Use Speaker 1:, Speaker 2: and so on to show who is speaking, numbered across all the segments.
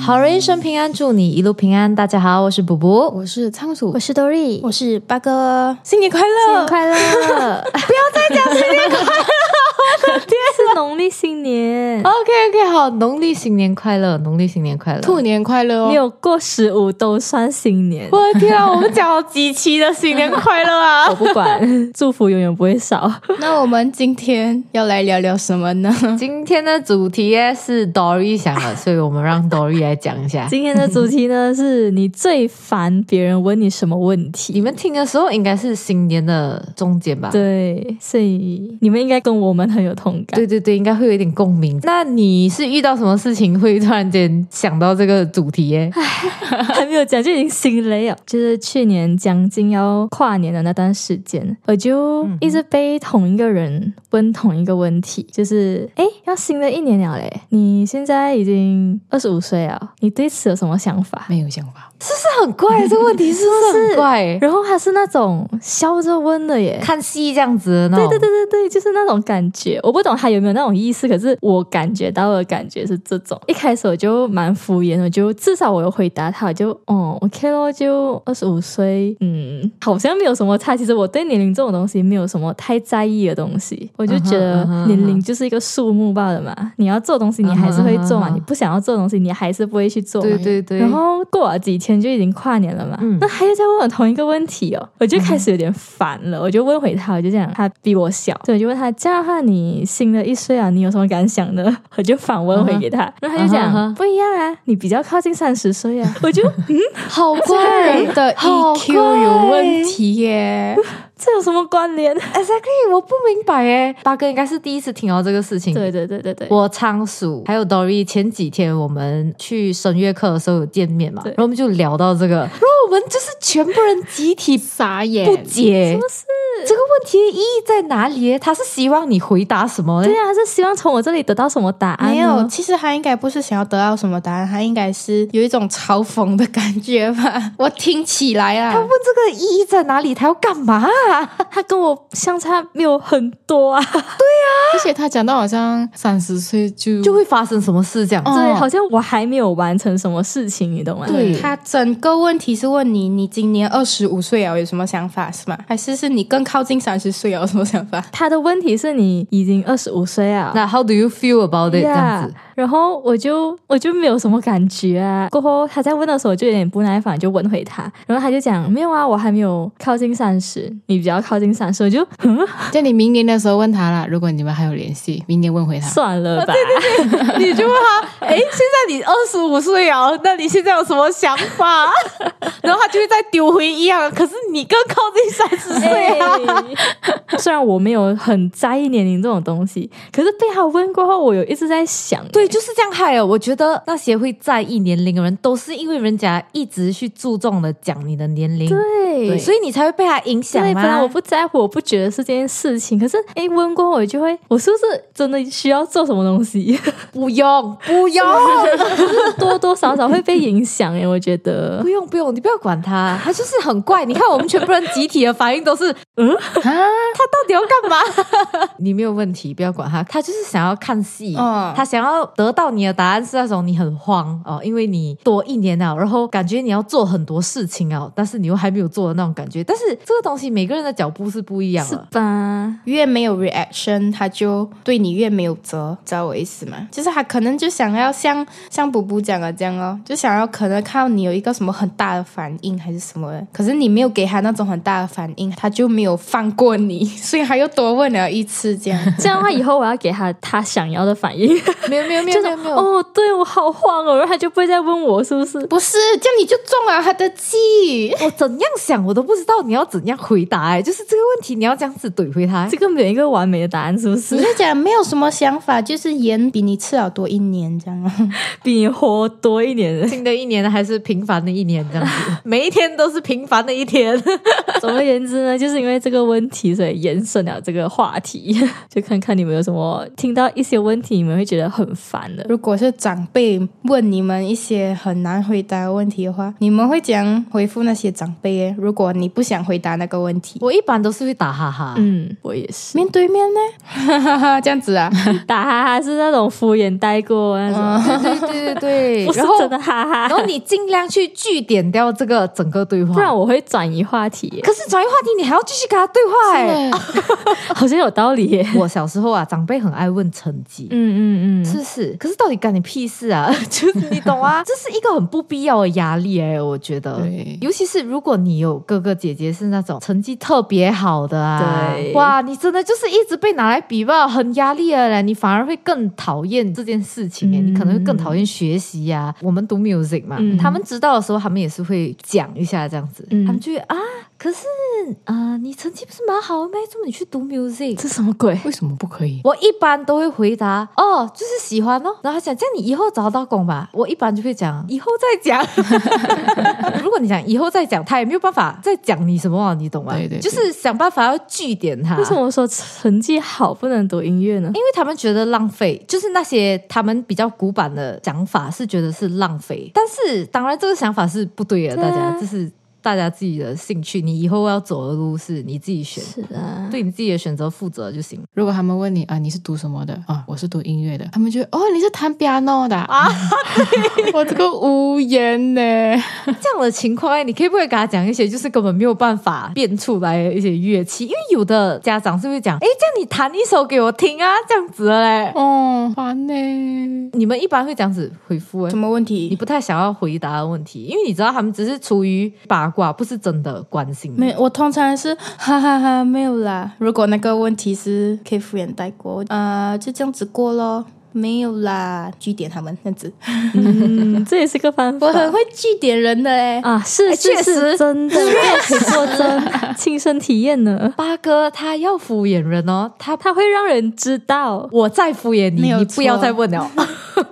Speaker 1: 好人一生平安，祝你一路平安。大家好，我是卜卜，
Speaker 2: 我是仓鼠，
Speaker 3: 我是 Dory，
Speaker 2: 我是八哥，新年快乐！
Speaker 1: 快 乐！
Speaker 3: 是农历新年。
Speaker 1: OK OK，好，农历新年快乐，农历新年快乐。
Speaker 2: 兔年快乐
Speaker 3: 你
Speaker 2: 哦！
Speaker 3: 有过十五都算新年，
Speaker 2: 我的天啊，我们讲了几期的新年快乐
Speaker 3: 我
Speaker 2: 啊！
Speaker 3: 不管，祝福永远不会少。
Speaker 2: 那我们今天要来聊聊什么呢？
Speaker 1: 今天的主题耶是 Dory 想的，所以我们让 Dory 来讲一 下。
Speaker 3: 今天的主题呢，是你最烦别人问你什么问
Speaker 1: 你
Speaker 3: 题？
Speaker 1: 们听的时候应该是新年的中间吧？
Speaker 3: 对，所以你们应该跟我们很有同感。
Speaker 1: 对对对，应该会有一点共鸣。那你是遇到什么事情会突然间想到这个主题 耶？
Speaker 3: 还没有讲就已经心累了。就是去年将近要跨年的那段时间，我就一直被同一个人问同一个问题，就是诶，要新的一年了嘞，你现在已经二十五岁了，你对此有什么想法？
Speaker 2: 没有想法，
Speaker 1: 这很怪，这个问题是不 是很怪？
Speaker 3: 然后他是那种笑着问的耶。
Speaker 1: 看戏这样子的那
Speaker 3: 对
Speaker 1: 种。
Speaker 3: 对对对对，就是那种感觉，我不懂他有没有那种意思，可是我感觉到的感觉是这种。一开始我就蛮敷衍的，我就至少我有回答他，我就哦，OK 咯，就二十五岁，嗯，好像没有什么差。其实我对年龄这种东西没有什么太在意的东西，我就觉得
Speaker 1: 嗯哼嗯哼
Speaker 3: 年龄就是一个数目罢了嘛。你要做东西，你还是会做嘛；
Speaker 1: 嗯哼嗯哼
Speaker 3: 你不想要做的东西，你还是不会去做嘛。
Speaker 1: 对对对
Speaker 3: 然后过了几天就已经跨年了嘛，
Speaker 1: 嗯
Speaker 3: 那他又在问我同一个问题哦，我就开始有点烦了，我就问回他，我就讲他比我小，所以我就问他，这样的话你新的一岁啊，你有什么感想呢？ 我就反问回给他，然后他就讲、
Speaker 1: 嗯哼嗯哼
Speaker 3: 不一样啊，你比较靠近三十岁啊，我就 嗯，
Speaker 2: 好怪人的
Speaker 1: 好
Speaker 2: EQ 有问题耶！
Speaker 3: 这有什么关联？
Speaker 1: Exactly，我不明白哎，八哥应该是第一次听到这个事情。
Speaker 3: 对对对对对，
Speaker 1: 我仓鼠还有 Dory 前几天我们去声乐课的时候有见面嘛，
Speaker 3: 对
Speaker 1: 然后我们就聊到这个，然后我们就是全部人集体
Speaker 2: 傻眼
Speaker 1: 不解
Speaker 3: 不是。
Speaker 1: 这个问题的意义在哪里耶？他是希望你回答什么呢
Speaker 3: 对？啊，是希望从我这里得到什么答案呢？
Speaker 2: 没 有，其实他应该不是想要得到什么答案，他应该是有一种嘲讽的感觉吧。 我听起来
Speaker 1: 他
Speaker 2: 啊
Speaker 1: 问，这个意义在哪里？他要干嘛啊？
Speaker 3: 他跟我相差没有很多 啊，
Speaker 2: 而且他讲到好像三十岁就
Speaker 1: 就会发生什么事这样？
Speaker 2: 哦
Speaker 3: 对，好像我还没有完成什么事情，你懂吗？
Speaker 1: 对
Speaker 2: 他整个问题是问你，你今年二十五岁了，有什么想法是吗？还是是你更靠近三十岁了，有什么想法？
Speaker 3: 他的问题是你已经二十五岁啊，
Speaker 1: 那 How do you feel about it？这样子
Speaker 3: Yeah，然后我就我就没有什么感觉啊。过后他在问的时候，我就有点不耐烦，就问回他，然后他就讲没有啊，我还没有靠近三十，你比较靠近三十，我就嗯
Speaker 4: 叫你明年的时候问他啦，如果你们还有联系，明年问回他。
Speaker 3: 算
Speaker 1: 哦
Speaker 3: 了吧。
Speaker 1: 你就问他，哎，现在你二十五岁啊，那你现在有什么想法？ 然后他就会再丢回一样，可是你更靠近三十岁啊。
Speaker 3: 哎 虽然我没有很在意年龄这种东西，可是被他问过后，我有一直在想，
Speaker 1: 对，就是这样害哦了。我觉得那些会在意年龄的人，都是因为人家一直去注重的讲你的年龄，
Speaker 3: 对，
Speaker 1: 所以你才会被他影响
Speaker 3: 对，
Speaker 1: 嘛。
Speaker 3: 本来我不在乎，我不觉得是这件事情，可是哎，诶问过我就会，我是不是真的需要做什么东 西？
Speaker 1: 不用，不用，
Speaker 3: 多多少少会被影响哎，我觉得
Speaker 1: 不。用，不用，你不要管他，他就是很怪。你看我们全部人集体的反应都 是，
Speaker 3: 嗯
Speaker 1: 到底要干嘛？ 你没有问题，不要管他，他就是想要看戏，
Speaker 3: 哦
Speaker 2: 嗯
Speaker 1: 他想要得到你的答案是那种你很慌哦，因为你多一年了，然后感觉你要做很多事情哦，但是你又还没有做的那种感觉。但是这个东西每个人的脚步是不一样
Speaker 3: 是
Speaker 1: 的。
Speaker 3: 吧？
Speaker 2: 越没有 reaction，他就对你越没有责，知道我意思吗？就是他可能就想要像像补补讲的这样哦，就想要可能看到你有一个什么很大的反应还是什么的，可是你没有给他那种很大的反应，他就没有放过你， 所以他又多问了一次这样。
Speaker 3: 这样的话，以后我要给他他想要的反 应，
Speaker 1: 没有没有没
Speaker 3: 就
Speaker 1: 有
Speaker 3: 是
Speaker 1: 没有没有，
Speaker 3: 哦，对我好慌哦，然后他就不会再问我是不是？
Speaker 2: 不是，这样你就中了他的计。
Speaker 1: 我怎样想我都不知道你要怎样回答哎、就是这个问题你要这样子怼回他、
Speaker 3: 这个没有一个完美的答案，是不
Speaker 2: 你
Speaker 3: 是？
Speaker 2: 就讲没有什么想法，就是盐比你吃了多一年这样啊。
Speaker 3: 比你活多一 年，
Speaker 1: 新的一年还是平凡的一年 这样子，每一天都是平凡的一天。
Speaker 3: 总而言之呢，就是因为这个问题，所以延伸了这个话题， 就看看你们有什么听到一些问题，你们会觉得很烦的。
Speaker 2: 如果是长辈问你们一些很难回答的问题的话，你们会怎样回复那些长辈耶？如果你不想回答那个问题，
Speaker 1: 我一般都是会打哈哈，
Speaker 3: 嗯，我也是，
Speaker 2: 面对面呢？这样子啊？
Speaker 3: 打哈哈是那种敷衍带过 那种，
Speaker 1: 对对对对对，
Speaker 3: 不 是
Speaker 1: 然后
Speaker 3: 真的哈
Speaker 1: 然
Speaker 3: 哈，
Speaker 1: 后你尽量去据点掉这个整个对话，
Speaker 3: 不然我会转移话题耶，
Speaker 1: 可是转移话题，你还要继续跟他对话哎、
Speaker 3: 好像有道理耶。
Speaker 1: 我小时候啊，长辈很爱问成绩。
Speaker 3: 嗯嗯
Speaker 1: 是是，可是到底干你屁事啊？ 就是你懂 啊，这是一个很不必要的压力哎、我觉得
Speaker 4: 对，
Speaker 1: 尤其是如果你有哥哥姐姐是那种成绩特别好的啊，
Speaker 3: 对
Speaker 1: 哇，你真的就是一直被拿来比吧，很压力了嘞，你反而会更讨厌这件事情哎、
Speaker 3: 嗯
Speaker 1: 你可能会更讨厌学习呀、我们读 music 嘛，
Speaker 3: 嗯
Speaker 1: 他们知道的时候，他们也是会讲一下这样子，
Speaker 3: 嗯
Speaker 1: 他们就会啊，可是啊、你成绩不是蛮好的吗？怎么你去读 music？
Speaker 3: 这什么鬼？
Speaker 4: 为什么不可以？
Speaker 1: 我一般都会回答哦，就是喜欢哦。然后他讲，这样你以后找到工吧。我一般就会讲以后再 讲。 如果你讲以后再讲，他也没有办法再讲你什么啊，你懂吗？
Speaker 4: 对对对
Speaker 1: 就是想办法要据点他。
Speaker 3: 为什？么说成绩好不能读音乐呢？
Speaker 1: 因为他们觉得浪费，就是那些他们比较古板的想法是觉得是浪费。但是当然，这个想法是不对的，
Speaker 3: 对啊
Speaker 1: 大家这是大家自己的兴趣，你以后要走的路是你自己选，
Speaker 3: 是啊，
Speaker 1: 对你自己的选择负责就行了。
Speaker 4: 如果他们问你啊，你是读什么的啊？我是读音乐的，他们就哦，你是弹 piano 的啊？ 我这个无言呢。
Speaker 1: 这样的情况，哎，你可以不可以给他讲一些就是根本没有办法变出来的一些乐器？因为有的家长是会讲，哎，这样你弹一首给我听啊，这样子的嘞。
Speaker 4: 哦，烦呢。
Speaker 1: 你们一般会这样子回复哎
Speaker 2: 什。么问
Speaker 1: 你
Speaker 2: 题？
Speaker 1: 不太想要回答的问题，因为你知道他们只是出于八卦，不是真的关心你。
Speaker 2: 没有，我通常是哈哈哈没有啦。如果那个问题是可以敷衍带过，呃，就这样子过咯。没有啦，据点他们这样子，
Speaker 3: 嗯，这也是个方法。
Speaker 2: 我很会据点人的欸嘞。
Speaker 3: 啊，是
Speaker 1: 哎
Speaker 3: 是
Speaker 1: 确
Speaker 3: 是，
Speaker 1: 实
Speaker 3: 真的，做做真，亲身体验呢，
Speaker 1: 八哥他要敷衍人哦，他
Speaker 3: 它会让人知道。
Speaker 1: 我再敷衍
Speaker 2: 没
Speaker 1: 你，
Speaker 2: 有
Speaker 1: 你不
Speaker 2: 错
Speaker 1: 要再问了。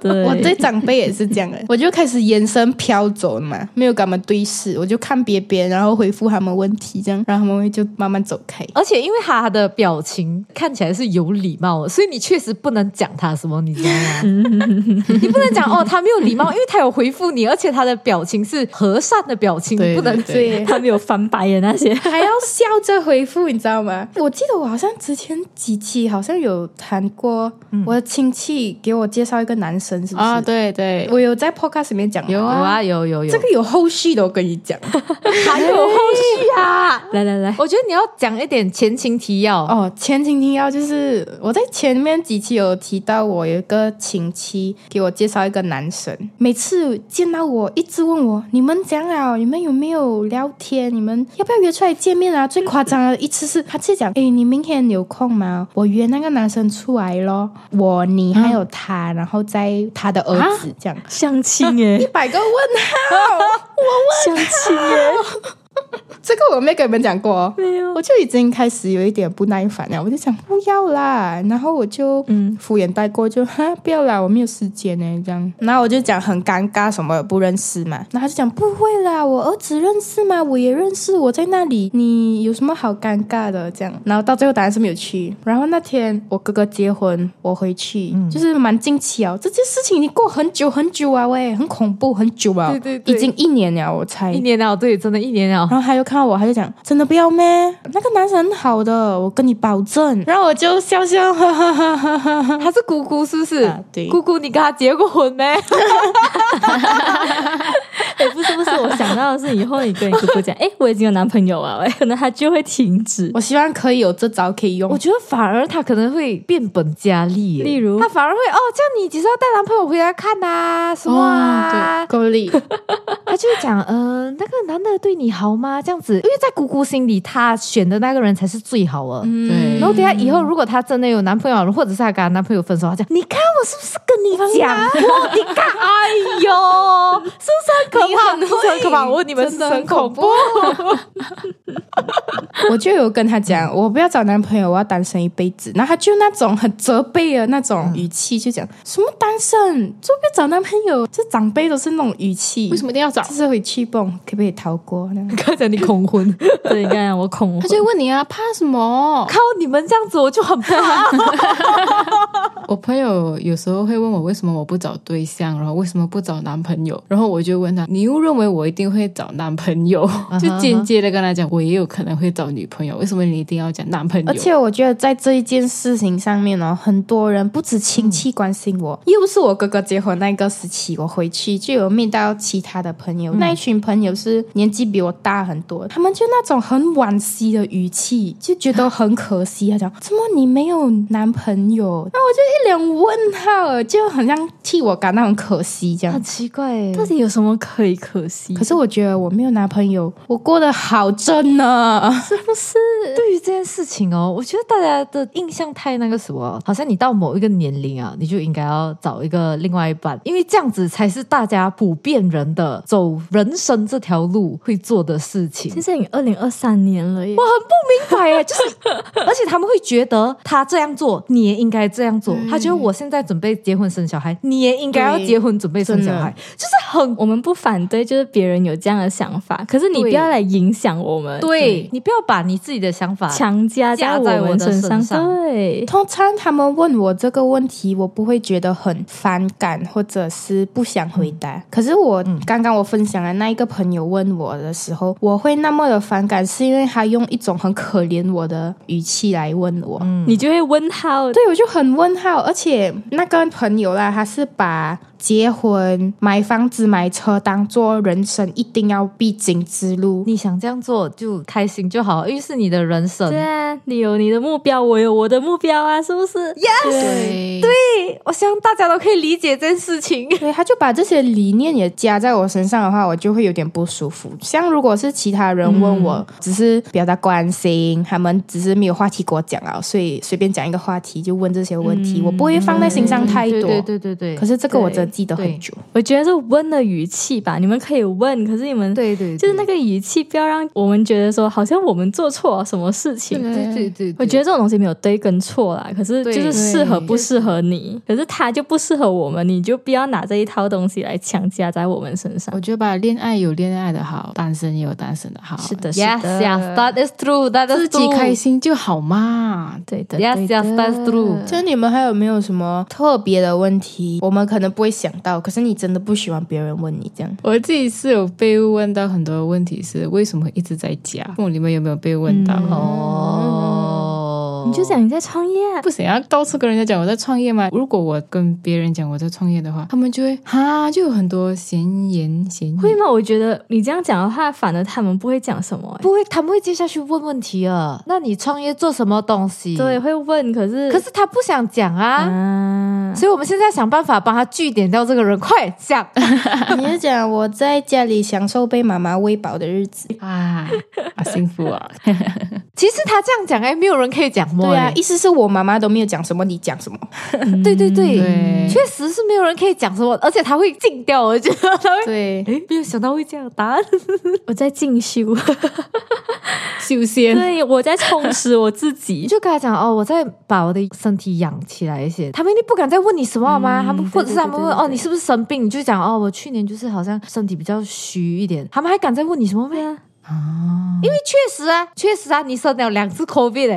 Speaker 3: 对，
Speaker 2: 我对长辈也是这 样的，欸我就开始眼神飘走嘛，没有跟他们对视，我就看别边，然后回复他们问题，这样，然后他们会就慢慢走开。
Speaker 1: 而且因为他的表情看起来是有礼貌的，所以你确实不能讲他什么，你知道 吗？你不能讲哦，他没有礼貌，因为他有回复你，而且他的表情是和善的表情，
Speaker 4: 对
Speaker 1: 你不能
Speaker 4: 对对
Speaker 3: 他没有翻白眼那些，
Speaker 2: 还要笑着回复，你知道吗？我记得我好像之前几期好像有谈过，我的亲戚给我介绍一个男生，是不是？
Speaker 4: 嗯啊，对对，
Speaker 2: 我有在 podcast 里面讲，
Speaker 4: 有
Speaker 1: 有
Speaker 4: 啊，
Speaker 1: 啊，有有有，
Speaker 2: 这个有后续的，我跟你讲。
Speaker 1: 还有后续啊。
Speaker 3: 来来来，
Speaker 1: 我觉得你要讲一点前情提要，
Speaker 2: 哦，前情提要就是我在前面几期有提到，我有一个亲戚给我介绍一个男生，每次见到我一直问我你们讲啊，你们有没有聊天？你们要不要约出来见面啊？最 夸张的一次是他直接讲，诶，你明天有空吗？我约那个男生出来咯，我你还有他，然后再他的儿子这样。
Speaker 3: 相亲耶
Speaker 2: 一，百个问号，
Speaker 3: 相亲耶，
Speaker 2: 这个我没跟你们讲过哦。
Speaker 3: 没有
Speaker 2: 我就已经开始有一点不耐烦了，我就想不要啦，然后我就嗯敷衍带过，就哈不要啦，我没有时间呢，这样，然后我就讲很尴尬，什么不认识嘛，然后他就讲不会啦，我儿子认识吗？我也认识，我在那里，你有什么好尴尬的？这样，然后到最后答案是没有去，然后那天我哥哥结婚，我回去，
Speaker 1: 嗯
Speaker 2: 就是蛮惊奇哦，这件事情已经过很久很久啊，喂，很恐怖，很久啊，
Speaker 1: 对对对
Speaker 2: 已经一年了，我猜
Speaker 1: 一年了，对，真的，一年了。
Speaker 2: 然后他就看到我，他就讲：“真的不要咩？那个男生很好的，我跟你保证。”然后我就笑笑，哈哈哈哈哈哈。
Speaker 1: 他是姑姑是不是？
Speaker 2: 啊对
Speaker 1: 姑姑，你跟他结过婚没？
Speaker 3: 哎不是不是，我想到的是以后你跟你姑姑讲，哎，我已经有男朋友了，哎， 可能他就会停止。
Speaker 2: 我希望可以有这招可以用
Speaker 1: 我。觉得反而他可能会变本加厉耶，
Speaker 3: 例如
Speaker 1: 他反而会哦，叫你几时要带男朋友回来看啊，什么啊，
Speaker 2: 哦对，够力。
Speaker 1: 他就会讲，呃，那个男的对你好吗？这样子，因为在姑姑心里，他选的那个人才是最好的。
Speaker 2: 嗯
Speaker 4: 对
Speaker 1: 然后等一下以后，如果她真的有男朋友了，或者是她跟她男朋友分手，她讲：“你 看我是不是跟你讲过？你看，哎呦，是不是很可怕？真的很可怕。我问你们是不是很恐怖？
Speaker 2: 我就有跟他讲，我不要找男朋友，我要单身一辈子。然后他就那种很责备的那种语气，就讲什么单身，就不要找男朋友，这长辈都是那种语气。
Speaker 4: 为什么一定要找？
Speaker 2: 就是回去蹦，可不可以逃过？那样
Speaker 1: 刚才你恐婚，
Speaker 3: 对，刚才我恐
Speaker 4: 他
Speaker 3: 婚
Speaker 4: 就会问你啊，怕什么？
Speaker 1: 靠你们这样子我就很怕。
Speaker 4: 我朋友有时候会问我为什么我不找对象，然后为什么不找男朋友，然后我就问他，你又认为我一定会找男朋友？就间接的跟他讲，我也有可能会找女朋友，为什么你一定要讲男朋友？
Speaker 2: 而且我觉得在这一件事情上面呢、很多人不止亲戚关心我，又是我哥哥结婚那个时期，我回去就有面到其他的朋友，那一群朋友是年纪比我大很多，他们就那种很惋惜的语气，就觉得很可惜。啊他讲怎么你没有男朋友？那我就一脸问号，就很像替我感到很可惜这样
Speaker 1: 很。 奇怪耶，
Speaker 3: 到底有什么可以可惜？
Speaker 2: 可是我觉得我没有男朋友，我过得好真啊呢。
Speaker 3: 是不是？
Speaker 1: 对于这件事情哦，我觉得大家的印象太那个什么，好像你到某一个年龄啊，你就应该要找一个另外一半，因为这样子才是大家普遍人的走人生这条路会做的事情。
Speaker 3: 现在已经二零二三年了耶，
Speaker 1: 我很不明白哎，就是， 而且他们会觉得他这样做，你也应该这样做。他觉得我现在准备结婚生小孩，你也应该要
Speaker 2: 对
Speaker 1: 结婚准备生小孩，就是很
Speaker 3: 我们不反对，就是别人有这样的想法，可是你不
Speaker 1: 对
Speaker 3: 要来影响我们，
Speaker 1: 对你不要把你自己的想法
Speaker 3: 强加
Speaker 1: 加
Speaker 3: 在我
Speaker 1: 在我
Speaker 3: 们
Speaker 1: 的
Speaker 3: 身
Speaker 1: 身
Speaker 3: 上，
Speaker 1: 上
Speaker 3: 对。
Speaker 2: 通常他们问我这个问题，我不会觉得很反感，或者是不想回答。可是我刚刚我分享的那一个朋友问我的时候，我会那么的反感，是因为他用一种很可怜我的语气来问我。
Speaker 1: 嗯
Speaker 3: 你就会问号，
Speaker 2: 对，我就很问号，而且那个朋友啦，他是把结婚、买房子、买车当做人生一定要必经之路。
Speaker 1: 你想这样做就开心就好，因为是你的人生。
Speaker 3: 对啊，你有你的目标，我有我的目标啊，是不是？
Speaker 4: 对
Speaker 1: 对哎我希望大家都可以理解这件事情。
Speaker 2: 对，他就把这些理念也加在我身上的话，我就会有点不舒服。像如果是其他人
Speaker 1: 嗯
Speaker 2: 问我，只是表达关心，他们只是没有话题给我讲啊，所以随便讲一个话题就问这些问题，我不会放在心上太多。
Speaker 1: 嗯对对对对对，
Speaker 2: 可是这个我真的记得
Speaker 1: 对
Speaker 2: 很久。
Speaker 3: 我觉得是问的语气吧，你们可以问，可是你们
Speaker 1: 对对，
Speaker 3: 就是那个语气，不要让我们觉得说好像我们做错了什么事情。
Speaker 1: 对对对对，
Speaker 3: 我觉得这种东西没有对跟错啦，可是
Speaker 1: 对
Speaker 3: 就是适合不适合你，可是他就不适合我们，你就不要拿这一套东西来强加在我们身上。
Speaker 1: 哦
Speaker 4: 我觉得吧，恋爱有恋爱的好，单身也有单身的好，
Speaker 3: 是的，是
Speaker 1: yes
Speaker 3: 的
Speaker 1: yes that is true that is
Speaker 4: 自
Speaker 1: true，
Speaker 4: 己开心就好嘛。
Speaker 3: 对的
Speaker 1: yes
Speaker 3: 对的
Speaker 1: yes that is true。
Speaker 2: 就你们还有没有什么特别的问题？我们可能不会想到，可是你真的不喜欢别人问你这 样。
Speaker 4: 我自己是有被问到很多问题，是为什么一直在家？不懂你们有没有被问到？
Speaker 1: 哦，
Speaker 3: 你就讲你在创业啊，
Speaker 4: 不想要到处跟人家讲我在创业吗？如果我跟别人讲我在创业的话，他们就会哈，就有很多闲言闲语。
Speaker 3: 会吗？我觉得你这样讲的话，反而他们不会讲什么、欸
Speaker 1: 不会，他们会接下去问问题啊。那你创业做什么东西？
Speaker 3: 对，，会问，可是
Speaker 1: 可是他不想讲啊，
Speaker 3: 啊，
Speaker 1: 所以我们现在想办法帮他据点掉这个人，快讲。
Speaker 2: 你就讲我在家里享受被妈妈喂饱的日子。
Speaker 4: 啊，啊幸福啊！
Speaker 1: 其实他这样讲，哎，没有人可以讲摸
Speaker 2: 对啊
Speaker 1: 嘞，
Speaker 2: 意思是我妈妈都没有讲什么，你讲什么？
Speaker 1: 对对对，
Speaker 4: 对，
Speaker 1: 确实是没有人可以讲什么，而且他会禁掉，我觉得他会。
Speaker 2: 对，
Speaker 1: 哎，没有想到会这样答案，
Speaker 3: 我在 进修，
Speaker 4: 修仙
Speaker 3: 对我在充实我自己
Speaker 1: 你。就跟他讲哦，我在把我的身体养起来一些。他们一定不敢再问你什么好
Speaker 3: 嗯
Speaker 1: 吗？他们或者是他们问哦，你是不是生病？你就讲哦，我去年就是好像身体比较虚一点。他们还敢再问你什么吗？
Speaker 4: 啊，
Speaker 1: 因为确实啊，确实啊，你生了两次 COVID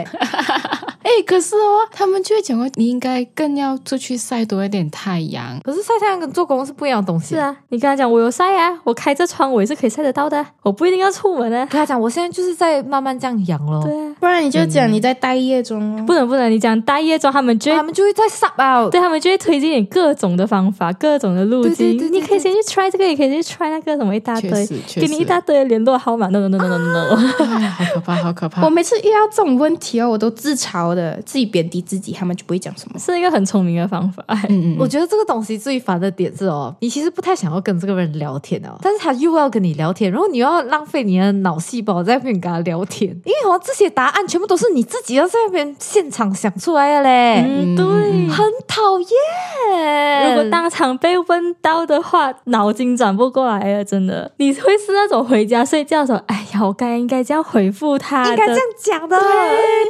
Speaker 1: 哎、
Speaker 4: 哎、可是哦，他们就会讲说你应该更要出去晒多一点太阳。
Speaker 1: 可是晒太阳跟做工是不一样的东西。
Speaker 3: 是，啊，你跟他讲我有晒啊，我开着窗我也是可以晒得到的，我不一定要出门啊。
Speaker 1: 跟他讲，我现在就是在慢慢这样养咯。
Speaker 3: 对啊，
Speaker 2: 不然你就讲你在待业中哦。
Speaker 3: 不能不能，你讲大夜中他们就
Speaker 1: 啊
Speaker 3: 会
Speaker 1: 他们就会在 sub out。
Speaker 3: 对他们就会推荐你各种的方法、各种的路径。
Speaker 1: 对对对对
Speaker 3: 你可以先去 try 这个，也可以先去 try 那个，什么一大堆
Speaker 4: 确实，确
Speaker 3: 给
Speaker 4: 实
Speaker 3: 你一大堆的联络号码。No
Speaker 1: 啊
Speaker 3: no no no no no，
Speaker 4: 哎呀，好可怕，好可怕
Speaker 2: 我！每次遇到这种问题哦，我都自嘲嘲的，自己贬低自己，他们就不会讲什么。
Speaker 3: 是一个很聪明的方法。哎
Speaker 4: 嗯
Speaker 1: 我觉得这个东西最烦的点是哦，你其实不太想要跟这个人聊天哦，但是他又要跟你聊天，然后哦你又要浪费你的脑细胞在那边跟他聊天，因为哦这些答案全部都是你自己要在那边现场想出来的嘞，
Speaker 3: 嗯，对。
Speaker 1: 很讨厌。
Speaker 3: 如果当场被问到的话，脑筋转不过来了，真的。你会是那种回家睡觉的时候，哎呀，我该应该这样回复他的，
Speaker 1: 应该这样讲的，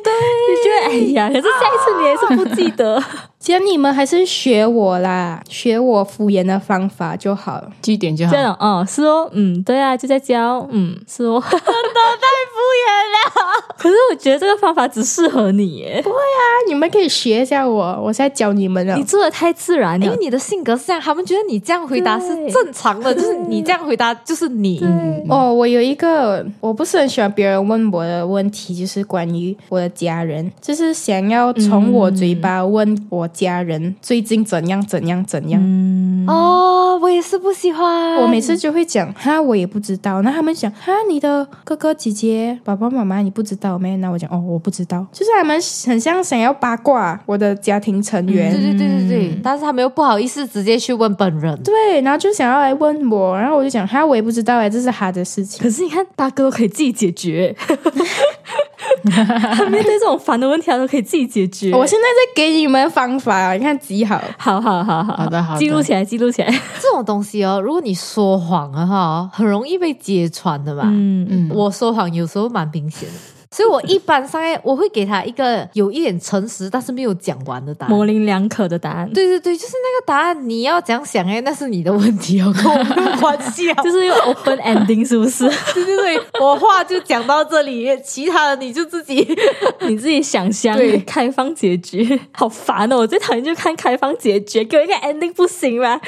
Speaker 3: 你觉得哎呀，可是下一次你也是不记 得。
Speaker 2: 其实你们还是学我啦，学我敷衍的方法就好了。啊
Speaker 4: 据点就好
Speaker 3: 这。种哦，是哦，嗯，对啊，就在教，嗯，是哦， 真的太敷衍了。可是我觉得这个方法只适合你耶，
Speaker 2: 那你们可以学一下我，我现在教你们了
Speaker 3: 你。做的太自然
Speaker 1: 因
Speaker 3: 了
Speaker 1: 为。你的性格是这样，他们觉得你这样回答是正常的，就是你这样回答就是你。
Speaker 2: 哦，我有一个我不是很喜欢别人问我的问题，就是关于我的家人，就是想要从我嘴巴问我家人最近怎样怎样怎样。
Speaker 1: 哦，我也是不喜欢。
Speaker 2: 我每次就会讲哈，我也不知道。那他们讲哈，你的哥哥姐姐、爸爸妈妈你不知道没？那我讲哦，我不知道。就是他们很像想要八卦我的家庭成员，
Speaker 1: 对对对对对，但是他们又不好意思直接去问本人。
Speaker 2: 对，然后就想要来问我，然后我就讲哈，我也不知道哎，这是他的事情。
Speaker 3: 可是你看，八哥都可以自己解决， 他面对这种烦的问题，他都可以自己解决。
Speaker 2: 我现在在给你们方法，你看几好。
Speaker 3: 好好好好
Speaker 4: 好的好的
Speaker 3: 记录起来，记录起来。
Speaker 1: 这种东西哦，如果你说谎了哈，很容易被揭穿的嘛。
Speaker 3: 嗯嗯，
Speaker 1: 我说谎有时候蛮明显的，所以我一般上来我会给他一个有一点诚实，但是没有讲完的答案。
Speaker 3: 模棱两可的答案，
Speaker 1: 对对对，就是那个答案，你要怎样想哎，那是你的问题哦，跟我没有关系啊。
Speaker 3: 就是一个 open ending，是不是？
Speaker 1: 对对对，我话就讲到这里，其他的你就自己。
Speaker 3: 你自己想象
Speaker 1: 对
Speaker 3: 开放结局，好烦哦！我最讨厌就看开放结局，给我一个 ending 不行吗？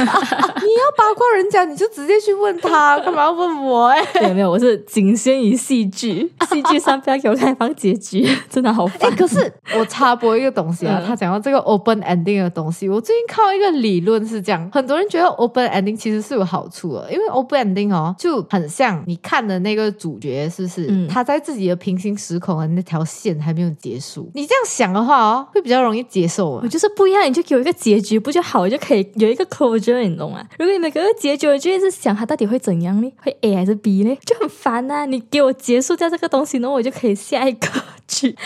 Speaker 1: 你要八卦人家，你就直接去问他，干嘛要问我哎？
Speaker 3: 对， 没有，我是仅限于戏 剧，戏剧上不要给我开放结局， 真的好
Speaker 1: 哎、
Speaker 3: 烦。
Speaker 1: 可是我插播一个东西啊，
Speaker 3: 嗯
Speaker 1: 他讲到这个 open ending 的东西，我最近看到一个理论是这样，很多人觉得 open ending 其实是有好处的，因为 open ending 哦就很像你看的那个主角是不是、
Speaker 3: 嗯
Speaker 1: 他在自己的平行时空的那条线还没有结束，你这样想的话哦，会比较容易接受啊
Speaker 3: 我。就是不一样，你就给我一个结局不就好？我就可以有一个 closure，你懂吗？如果你没给我一个结局，我就一直想它到底会怎样呢？会 A 还是 B 呢？就很烦呐、你给我结束掉这个东西，然后我就可以下一个去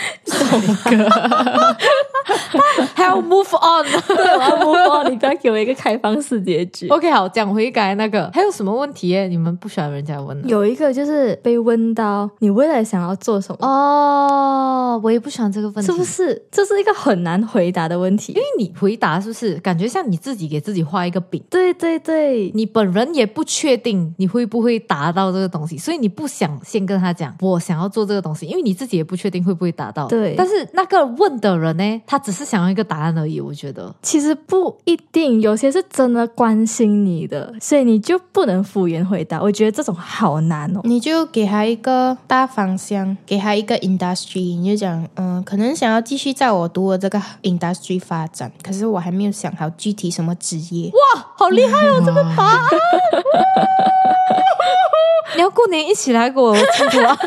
Speaker 1: 还要 move on。
Speaker 3: 对，我要 move on，你不要给我一个开放式结 局。
Speaker 1: OK，好，讲回刚才那个，还有什么问题耶？你们不喜欢人家问的？
Speaker 3: 有一个就是被问到你未来想要做什么，
Speaker 1: 哦，我也不喜欢这个问题，
Speaker 3: 是不是？这是一个很难回答的问题
Speaker 1: 因。为你回答是不是感觉像你自己给自己画一个饼？
Speaker 3: 对对对，
Speaker 1: 你本人也不确定你会不会达到这个东西，所以你不想先跟他讲我想要做这个东西，因为你自己也不确定会不会达到。
Speaker 3: 对
Speaker 1: 但是那个问的人呢，他只是想要一个答案而已，我觉得。
Speaker 3: 其实不一定，有些是真的关心你的，所以你就不能敷衍回答。我觉得这种好难哦。
Speaker 2: 你就给他一个大方向，给他一个 industry，你就讲，嗯、可能想要继续在我读的这个 industry 发展，可是我还没有想好具体什么职业。
Speaker 1: 哇，好厉害哦！这个答案， 你要过年一起来给我庆祝啊！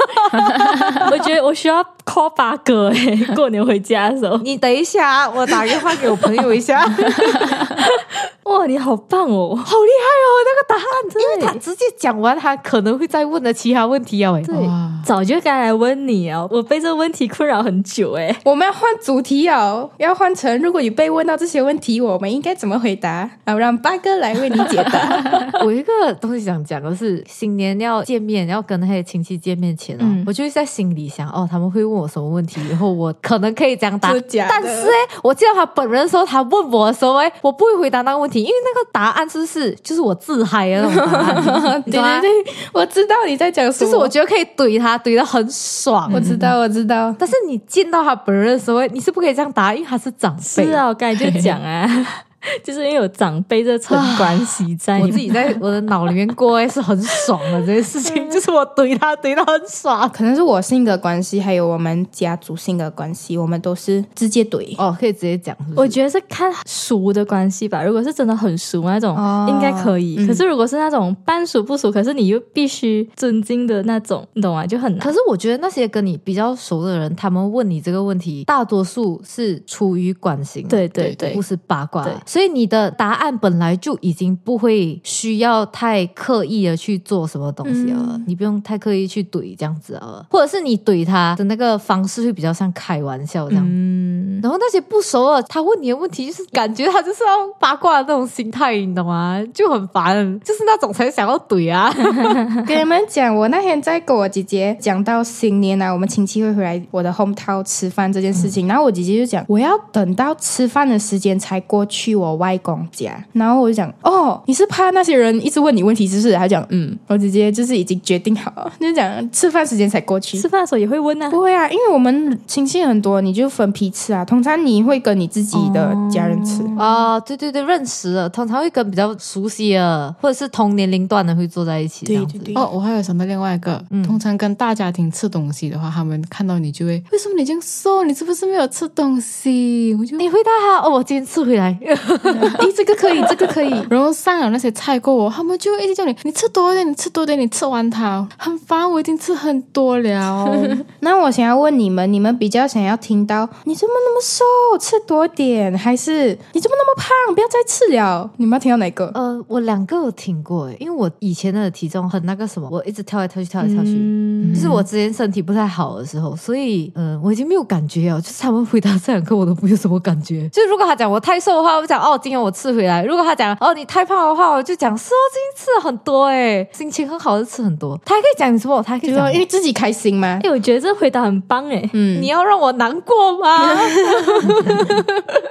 Speaker 3: 我觉得我需要 call 八哥哎，过年回家的时候。
Speaker 1: 你等一下啊，我打电话给我朋友一 下。好厉害
Speaker 3: 哇，你好棒哦！
Speaker 1: 哦，那个答案，因为他直接讲完，他可能会再问的其他问题 啊。哎，
Speaker 3: 对
Speaker 4: 哇，
Speaker 3: 早就该来问你哦，我被这个问题困扰很久哎。
Speaker 2: 我们要换主题哦，要换成如果你被问到这些问题，我们应该怎么回答？好，让八哥来为你解 答。
Speaker 1: 我有一个东西想讲的是，新年要见面，要跟那些亲戚见面前哦，
Speaker 3: 嗯
Speaker 1: 我就会在心里想，哦，他们会问我什么问题，然后我可能可以这样答
Speaker 2: 真的。假的
Speaker 1: 但是哎，我见到他本人的时候，他问我的时候，哎，我不会回答那个问题，因为那个答案就是就是我自嗨的那种答 案，你
Speaker 2: 对
Speaker 1: 懂吗
Speaker 2: 对？对，我知道你在讲什
Speaker 1: 就
Speaker 2: 么。
Speaker 1: 是我觉得可以怼他，怼的很爽。
Speaker 2: 我知道，我知道。
Speaker 1: 但是你见到他本人的时候，哎你是不可以这样答，因为他是长辈。
Speaker 3: 是啊，我刚才就讲啊，就是因为有长辈这层关系在，
Speaker 1: 我自己在我的脑里面过哎也是很爽的这件事情，就是我怼他怼到很爽。
Speaker 2: 可能是我性格关系，还有我们家族性格关系，我们都是直接怼。
Speaker 1: 哦，可以直接讲，是不
Speaker 3: 我
Speaker 1: 是
Speaker 3: 觉得是看熟的关系吧。如果是真的很熟那种，
Speaker 2: 哦
Speaker 3: 应该可以。
Speaker 2: 嗯
Speaker 3: 可是如果是那种半熟不熟，可是你又必须尊敬的那种，你懂吗？就很难
Speaker 1: 可。是我觉得那些跟你比较熟的人，他们问你这个问题，大多数是出于关心，
Speaker 3: 对对对
Speaker 1: 不是八卦
Speaker 3: 对。
Speaker 1: 所以你的答案本来就已经不会需要太刻意的去做什么东西了，
Speaker 3: 嗯
Speaker 1: 你不用太刻意去怼这样子了，或者是你怼他的那个方式会比较像开玩笑这样。
Speaker 3: 嗯，
Speaker 1: 然后那些不熟的，他问你的问题，就是感觉他就是要八卦的那种心态，你懂吗？就很烦，就是那种才想要怼啊。
Speaker 2: 跟你们讲，我那天在跟我姐姐讲到新年啊，我们亲戚会回来我的 home town 吃饭这件事情，然后我姐姐就讲，我要等到吃饭的时间才过去我外公家，然后我就讲，哦，你是怕那些人一直问你问题是不是？她讲，嗯，我姐姐就是已经决定好了，就讲吃饭时间才过去
Speaker 3: 吃。饭的时候也会问啊。
Speaker 2: 不会啊，因为我们亲戚很多，你就分批吃啊。通常你会跟你自己的家人吃，
Speaker 1: 啊，对对对，认识了，通常会跟比较熟悉的或者是同年龄段的会坐在一起，
Speaker 2: 对
Speaker 1: 这样子
Speaker 2: 对对
Speaker 4: 哦，我还有想到另外一个，
Speaker 3: 嗯
Speaker 4: 通常跟大家庭吃东西的话，他们看到你就会，为什么你这样瘦？你是不是没有吃东西？我就。
Speaker 1: 你回答他哦，我今天吃回 来，
Speaker 2: 诶，这个可以，这个可以。
Speaker 4: 然后上了那些菜过后，他们就会一直叫你，你吃多一点，你吃多一点，你吃完它很烦，我已经吃很多了。
Speaker 2: 那我想要问你们，你们比较想要听到你怎么那么瘦，吃多点，还是你怎么那么胖，不要再吃了？你们要听到哪个？
Speaker 1: 呃，我两个有挺过诶，因为我以前的体重很那个什么，我一直跳来跳去，跳来跳去。
Speaker 3: 嗯，
Speaker 1: 就是我之前身体不太好的时候，所以嗯、呃我已经没有感觉了。就是他们回答这两个，我都没有什么感觉。 就是如果他讲我太瘦的话，我讲哦，今天我吃回来；如果他讲哦你太胖的话，我就讲是哦，今天吃了很多诶，心情很好就吃很多。他还可以讲什么？他还可以
Speaker 2: 就
Speaker 1: 讲
Speaker 2: 说因为自己开心嘛。
Speaker 3: 哎，我觉得这回答很棒哎。
Speaker 2: 嗯
Speaker 1: 你要让我难过吗？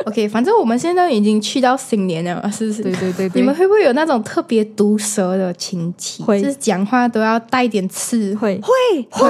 Speaker 2: ，OK，反正我们现在已经去到新年 了嘛，是不是？
Speaker 1: 对对对对，
Speaker 2: 你们会不会有那种特别毒舌的亲戚？
Speaker 3: 会
Speaker 2: 就是讲话都要带点刺。
Speaker 3: 会，
Speaker 1: 嗯会，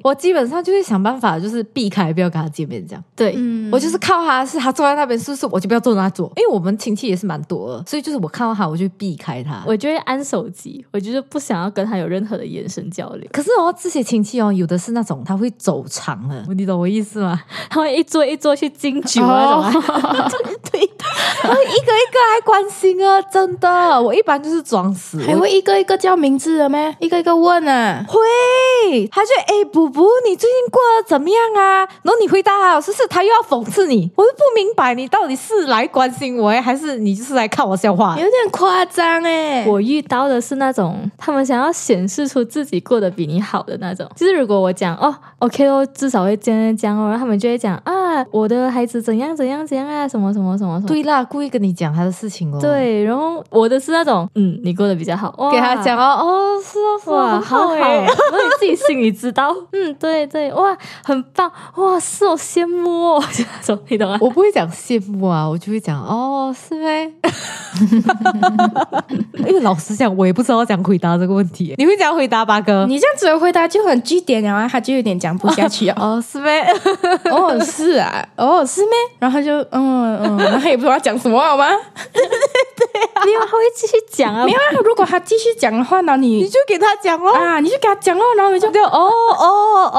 Speaker 1: 我基本上就会想办法，就是避开，不要跟他见面这样。
Speaker 3: 对，
Speaker 2: 嗯
Speaker 1: 我就是靠他是他坐在那边，是不是我就不要坐那坐？因为我们亲戚也是蛮多的，所以就是我看到他我就避开他。
Speaker 2: 嗯
Speaker 3: 我就会按手机，我就是不想要跟他有任何的眼神交流。
Speaker 1: 可是哦，这些亲戚哦，有的是那种他会走长啊的，你懂我意思吗？
Speaker 3: 他会一桌一桌去敬酒啊，什么
Speaker 1: 他会一个一个来关心啊，真的。我一般就是装死，
Speaker 2: 还会一个一个叫名字的咩？一个一个问啊。
Speaker 1: 会，他就哎，补补，你最近过得怎么样啊？然后你回答他有事是他又要讽刺你，我就不明白你到底是来关心我，还是你就是来看我笑话
Speaker 2: 有？点夸张哎、
Speaker 3: 我遇到的是那种他们想要显示出自己过得比你好的那种。就是如果我讲哦，OK 咯，至少会这样这样哦，然后他们就会讲啊，我的孩子怎样怎样怎样啊，什么什么什么什 么。
Speaker 1: 对啦，故意跟你讲他的事情哦。。
Speaker 3: 对，然后我的是那种，嗯，你过得比较好，哇
Speaker 1: 给他讲。哦，哦，是哦，是
Speaker 3: 哇，
Speaker 1: 哦，很
Speaker 3: 好好，
Speaker 1: 欸
Speaker 3: 然后你自己心里知道，嗯，对对，哇，很棒，哇，是哦，羡慕哦， 就那种，你懂吗？
Speaker 1: 我不会讲羡慕啊，我就会讲哦，是呗。 因为老实讲，我也不知道怎样回答这个问题。你会怎样回答八哥？
Speaker 2: 你这样子的回答就很据点了啊，他就有点讲不下去哦。
Speaker 1: 哦，是呗。
Speaker 2: 哦，是啊，哦，是咩？然后他就嗯嗯，然后也不知道讲什么好吗？
Speaker 3: 没有，他会继续讲 啊
Speaker 2: 没，有啊，如果他继续讲的话，那
Speaker 1: 你
Speaker 2: 你
Speaker 1: 就给他讲咯。
Speaker 2: 啊，你就给他讲哦，然后你就
Speaker 1: 就哦哦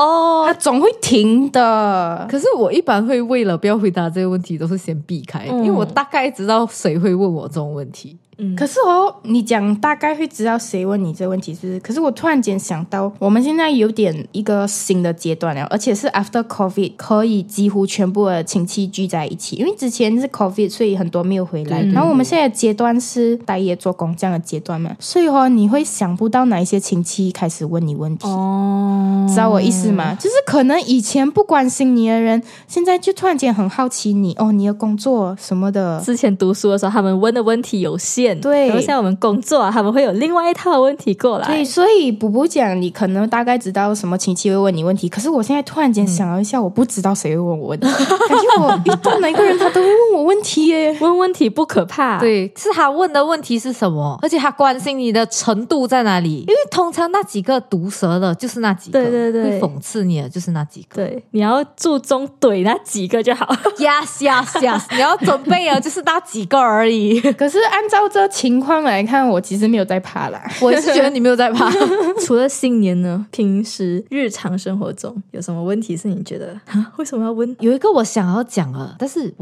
Speaker 2: 他
Speaker 1: 哦。
Speaker 2: 总会停的。
Speaker 1: 可是我一般会为了不要回答这个问题，都是先避开，
Speaker 3: 嗯
Speaker 1: 因为我大概知道谁会问我这种问题。
Speaker 3: 嗯
Speaker 2: 可是哦，你讲大概会知道谁问你这问题是不是？可是我突然间想到，我们现在有点一个新的阶段了，而且是 after COVID 可以几乎全部的亲戚聚在一起，因为之前是 COVID，所以很多没有回来。然后我们现在的阶段是待业做工这样的阶段嘛，所以哦，你会想不到哪一些亲戚开始问你问题。
Speaker 3: 哦，
Speaker 2: 知道我意思吗？就是可能以前不关心你的人，现在就突然间很好奇你哦，你的工作什么的，
Speaker 3: 之前读书的时候，他们问的问题有限，见，
Speaker 2: 对
Speaker 3: 然后像我们工作啊，他们会有另外一套问题过来
Speaker 2: 对，，所以补补讲，你可能大概知道什么亲戚会问你问题，可是我现在突然间想了一下，我不知道谁会问我问题，感觉我遇到哪一个人他都会问我问题 耶。
Speaker 3: 问问题不可怕，，
Speaker 1: 对，是他问的问题是什么，而且他关心你的程度在哪里。因为通常那几个毒舌的，就是那几个，
Speaker 3: 对对
Speaker 1: 会
Speaker 3: 对
Speaker 1: 讽刺你的，就是那几个。
Speaker 3: 对，你要注重怼那几个就好。
Speaker 1: yes yes yes，你 要准备啊，就是那几个而已。
Speaker 2: 可是按照这情况来看，我其实没有在怕啦。
Speaker 1: 我是觉得你没有在怕，
Speaker 3: 除了新年呢，平时日常生活中有什么问题是你觉得啊为什么要问？
Speaker 1: 有一个我想要讲啊，但是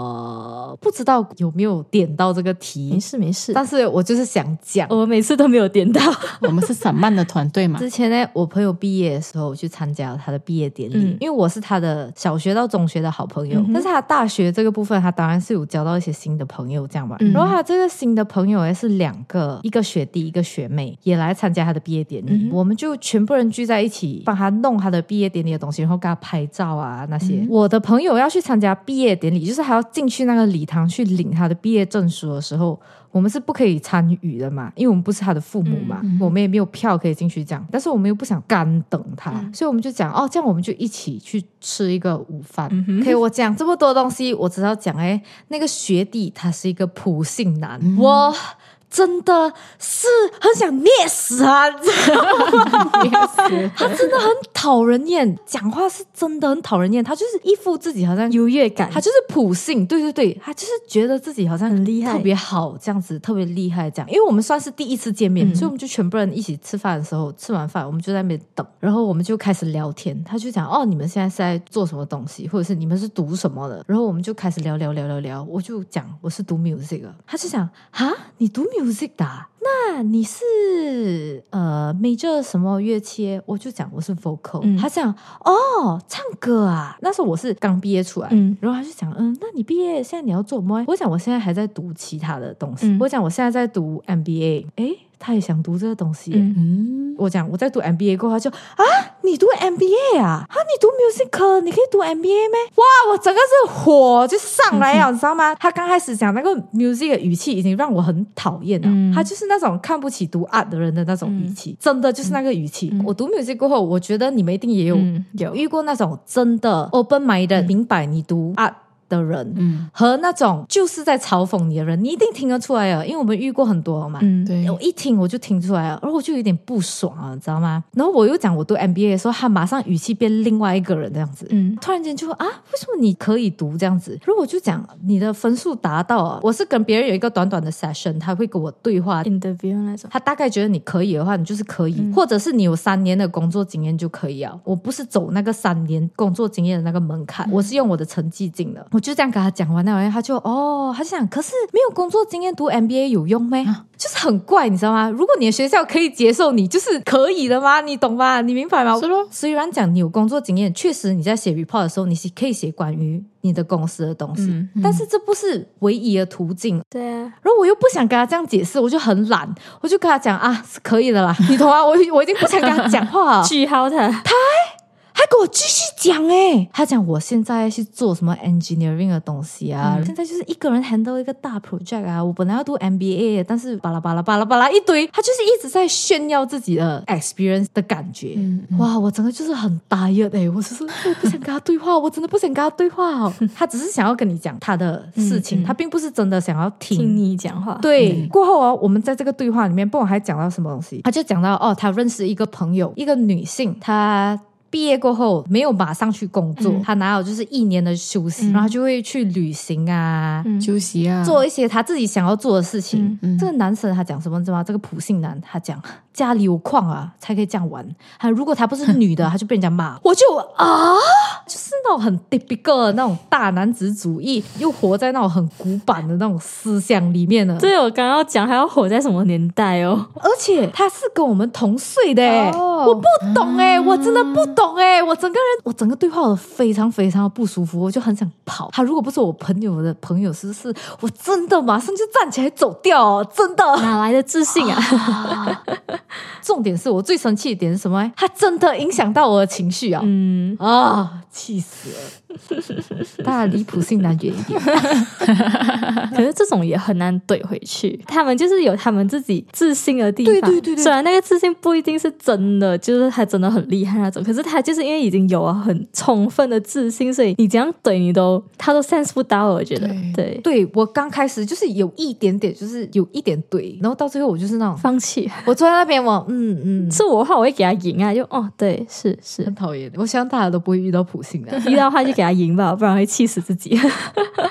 Speaker 1: 我不知道有没有点到这个
Speaker 3: 没
Speaker 1: 题，
Speaker 3: 事没事，
Speaker 1: 但是我就是想讲。
Speaker 3: 我每次都没有点 到。
Speaker 4: 我们是散漫的团队嘛，
Speaker 1: 之前呢，我朋友毕业的时候，我去参加了他的毕业典礼，
Speaker 3: 嗯
Speaker 1: 因为我是他的小学到中学的好朋友，但是他大学这个部分，他当然是有交到一些新的朋友这样嘛。然后他这个新的朋友也是两个，一个学弟，一个学妹，也来参加他的毕业典礼，我们就全部人聚在一起，帮他弄他的毕业典礼的东西，然后给他拍照啊那些。我的朋友要去参加毕业典礼，就是还要进去那个礼堂去领他的毕业证书的时候，我们是不可以参与的嘛，因为我们不是他的父母嘛，我们也没有票可以进去这样，但是我们又不想干等他，所以我们就讲哦，这样我们就一起去吃一个午饭。可以，我讲这么多东西，我只要讲哎，那个学弟他是一个普信男，我。真的是很想灭死他，你知道吗 他真的很讨人厌，讲话是真的很讨人厌。他就是一副自己好像
Speaker 3: 优越感，
Speaker 1: 他就是普信，对对对，他就是觉得自己好像
Speaker 3: 很厉害
Speaker 1: 特别好这样子，特别厉害这样。因为我们算是第一次见面，所以我们就全部人一起吃饭的时候，吃完饭我们就在那边等，然后我们就开始聊天。他就讲哦，你们现在是在做什么东西，或者是你们是读什么的？然后我们就开始聊聊聊聊聊，我就讲我是读 music 的，他就讲啊，你读 music 的啊、那你是呃 major 什么乐器？我就讲我是 vocal，、
Speaker 3: 嗯
Speaker 1: 他讲哦唱歌啊，那时候我是刚毕业出来，
Speaker 3: 嗯
Speaker 1: 然后他就讲嗯，那你毕业现在你要做什么？我讲我现在还在读其他的东西，
Speaker 3: 嗯
Speaker 1: 我讲我现在在读 MBA，诶，他也想读这个东西耶、
Speaker 3: 嗯
Speaker 4: 嗯，
Speaker 1: 我讲我在读 MBA 过后，他就啊，你读 MBA 啊？啊，你读 music，你可以读 MBA 咩？哇，我整个是火就上来 了，你知道吗？他刚开始讲那个 music 的语气已经让我很讨厌了，
Speaker 3: 嗯
Speaker 1: 他就是那种看不起读 art 的人的那种语气，真的就是那个语气。我读 music 过后，我觉得你们一定也有
Speaker 3: 嗯有嗯
Speaker 1: 遇过那种真的 open minded，、明白你读 art 的人，
Speaker 4: 嗯
Speaker 1: 和那种就是在嘲讽你的人，你一定听得出来啊，因为我们遇过很多嘛。
Speaker 3: 嗯，
Speaker 4: 对，
Speaker 1: 我一听我就听出来了，然后我就有点不爽啊，你知道吗？然后我又讲我读 MBA 的时候，他马上语气变另外一个人这样子，
Speaker 3: 嗯
Speaker 1: 突然间就啊，为什么你可以读这样子？然后我就讲你的分数达到啊，我是跟别人有一个短短的 session，他会跟我对话。
Speaker 3: ，interview 那种，嗯
Speaker 1: 他大概觉得你可以的话，你就是可以，或者是你有三年的工作经验就可以啊。我不是走那个三年工作经验的那个门
Speaker 3: 嗯
Speaker 1: 槛，我是用我的成绩进的。我就这样跟他讲完那玩意，他就哦，他就想，可是没有工作经验读 MBA 有用咩？
Speaker 3: 啊
Speaker 1: 就是很怪，你知道吗？如果你的学校可以接受你，就是可以的吗？你懂吗？你明白吗？
Speaker 4: 是咯
Speaker 1: 虽然讲你有工作经验，确实你在写 report 的时候，你是可以写关于你的公司的东西，
Speaker 3: 嗯
Speaker 1: 但是这不是唯一的途径。
Speaker 3: 对啊，
Speaker 1: 然后我又不想跟他这样解释，我就很懒，我就跟他讲啊，是可以的啦，你懂吗？我我已经不想跟他讲话了，
Speaker 3: 句号他，
Speaker 1: 他给我继续讲哎、他讲我现在去做什么 engineering 的东西啊，现在就是一个人 handle 一个大 project 啊，我本来要读 MBA，但是巴拉巴拉巴拉巴拉一堆，他就是一直在炫耀自己的 experience 的感觉，哇，我整个就是很 tired 哎、我就是我不想跟他对话，我真的不想跟他对话哦，他只是想要跟你讲他的事情，他并不是真的想要
Speaker 3: 听你讲 话，，
Speaker 1: 对，过后哦，我们在这个对话里面，不懂还讲到什么东西，他就讲到哦，他认识一个朋友，一个女性，她。毕业过后没有马上去工作，她拿有就是一年的休息，然后她就会去旅行啊，
Speaker 3: 嗯
Speaker 4: 休息啊，
Speaker 1: 做一些她自己想要做的事情。
Speaker 4: 嗯
Speaker 1: 这个男生他讲什么你知道吗？这个普信男他讲家里有矿啊，才可以这样玩。他如果他不是女 的，他就被人家骂。我就啊，就是那种很 typical 的那种大男子主义，又活在那种很古板的那种思想里面了。
Speaker 3: 对我刚刚讲还要活在什么年代哦，
Speaker 1: 而且他是跟我们同岁的、欸
Speaker 2: 哦
Speaker 1: 我不懂哎、我真的不懂哎、我整个人，我整个对话我非常非常的不舒服，我就很想跑。他如果不是我朋友的朋友，是不是我真的马上就站起来走掉哦？真的。
Speaker 3: 哪来的自信啊？
Speaker 1: 重点是我最生气的点是什么欸？他真的影响到我的情绪啊！
Speaker 3: 嗯，
Speaker 1: 啊，气死了！大家离谱性难远一点。
Speaker 3: 可是这种也很难怼回去，他们就是有他们自己自信的地方。
Speaker 1: 对对对对
Speaker 3: 虽然那个自信不一定是真的，就是他真的很厉害那种，可是他就是因为已经有了很充分的自信，所以你这样怼你都他都 sense 不到，我觉得
Speaker 4: 对
Speaker 3: 对。
Speaker 1: 对我刚开始就是有一点点，就是有一点怼，然后到最后我就是那种，
Speaker 3: 放弃
Speaker 1: 我坐在那边我嗯嗯，
Speaker 3: 是我的话，我会给他赢啊，就哦，对，是是，
Speaker 1: 很讨厌。我希望大家都不会遇到普信 的。
Speaker 3: 遇到的话就给他赢吧，不然会气死自 己。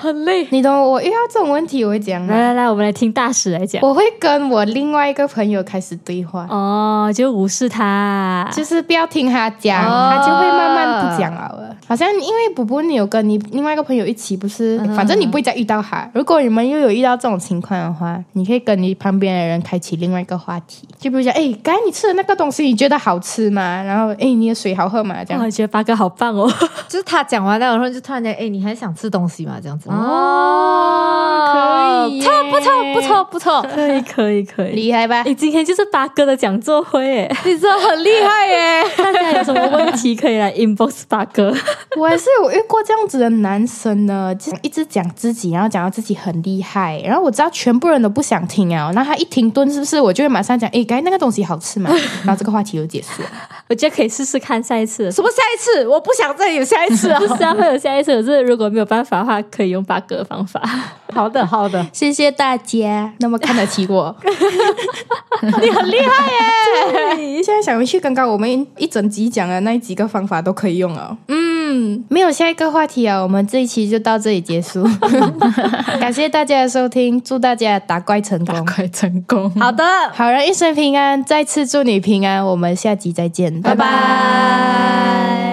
Speaker 1: 很累。
Speaker 2: 你懂我遇到这种问题，我会怎样
Speaker 3: 来
Speaker 2: 啊？
Speaker 3: 来来，我们来听大使来讲。
Speaker 2: 我会跟我另外一个朋友开始对话，
Speaker 3: 哦，就无视他，
Speaker 2: 就是不要听他讲，
Speaker 1: 哦
Speaker 2: 他就会慢慢不讲了了。好像因为补补你有跟你另外一个朋友一起，不是，反正你不会再遇到他。如果你们又有遇到这种情况的话，你可以跟你旁边的人开启另外一个话题，就比如讲，哎，刚才你吃的那个东西，你觉得好吃吗？然后，哎，你的水好喝吗？这样
Speaker 3: 我觉得八哥好 棒哦。
Speaker 1: 就是他讲完了，然后就突然间，哎，你还想吃东西吗？这样子
Speaker 3: 哦
Speaker 2: 可以耶
Speaker 1: 错不错不错不错，
Speaker 3: 可以可以可以。
Speaker 2: 厉害吧
Speaker 3: 哎，？今天就是八哥的讲座会耶，
Speaker 1: 你真的很厉害耶！
Speaker 3: 大家有什么问题可以来 inbox 八哥。
Speaker 2: 我也是有遇过这样子的男生呢，就是一直讲自己，然后讲到自己很厉害，然后我知道全部人都不想听啊，然后他一停顿，是不是我就会马上讲，诶，刚才那个东西好吃吗？然后这个话题就结束了。
Speaker 3: 我觉得可以试试看下一次 的时
Speaker 1: 什么下一次？我不想再有下一次了
Speaker 3: 候。。就是啊，会有下一次，可是如果没有办法的话，可以用八哥的方法。
Speaker 1: 好的好的，
Speaker 2: 谢谢大家那么看得起我。
Speaker 1: 你很厉害耶！
Speaker 2: 对，现在想回去，刚刚我们一整集讲的那几个方法都可以用哦。嗯，没有下一个话题啊，我们这一期就到这里结束。 感谢大家的收听，祝大家打怪成
Speaker 4: 打
Speaker 2: 功。
Speaker 4: 怪成功。
Speaker 1: 好的，
Speaker 2: 好人一生平安，再次祝你平安，我们下集再见，拜拜。
Speaker 1: 拜。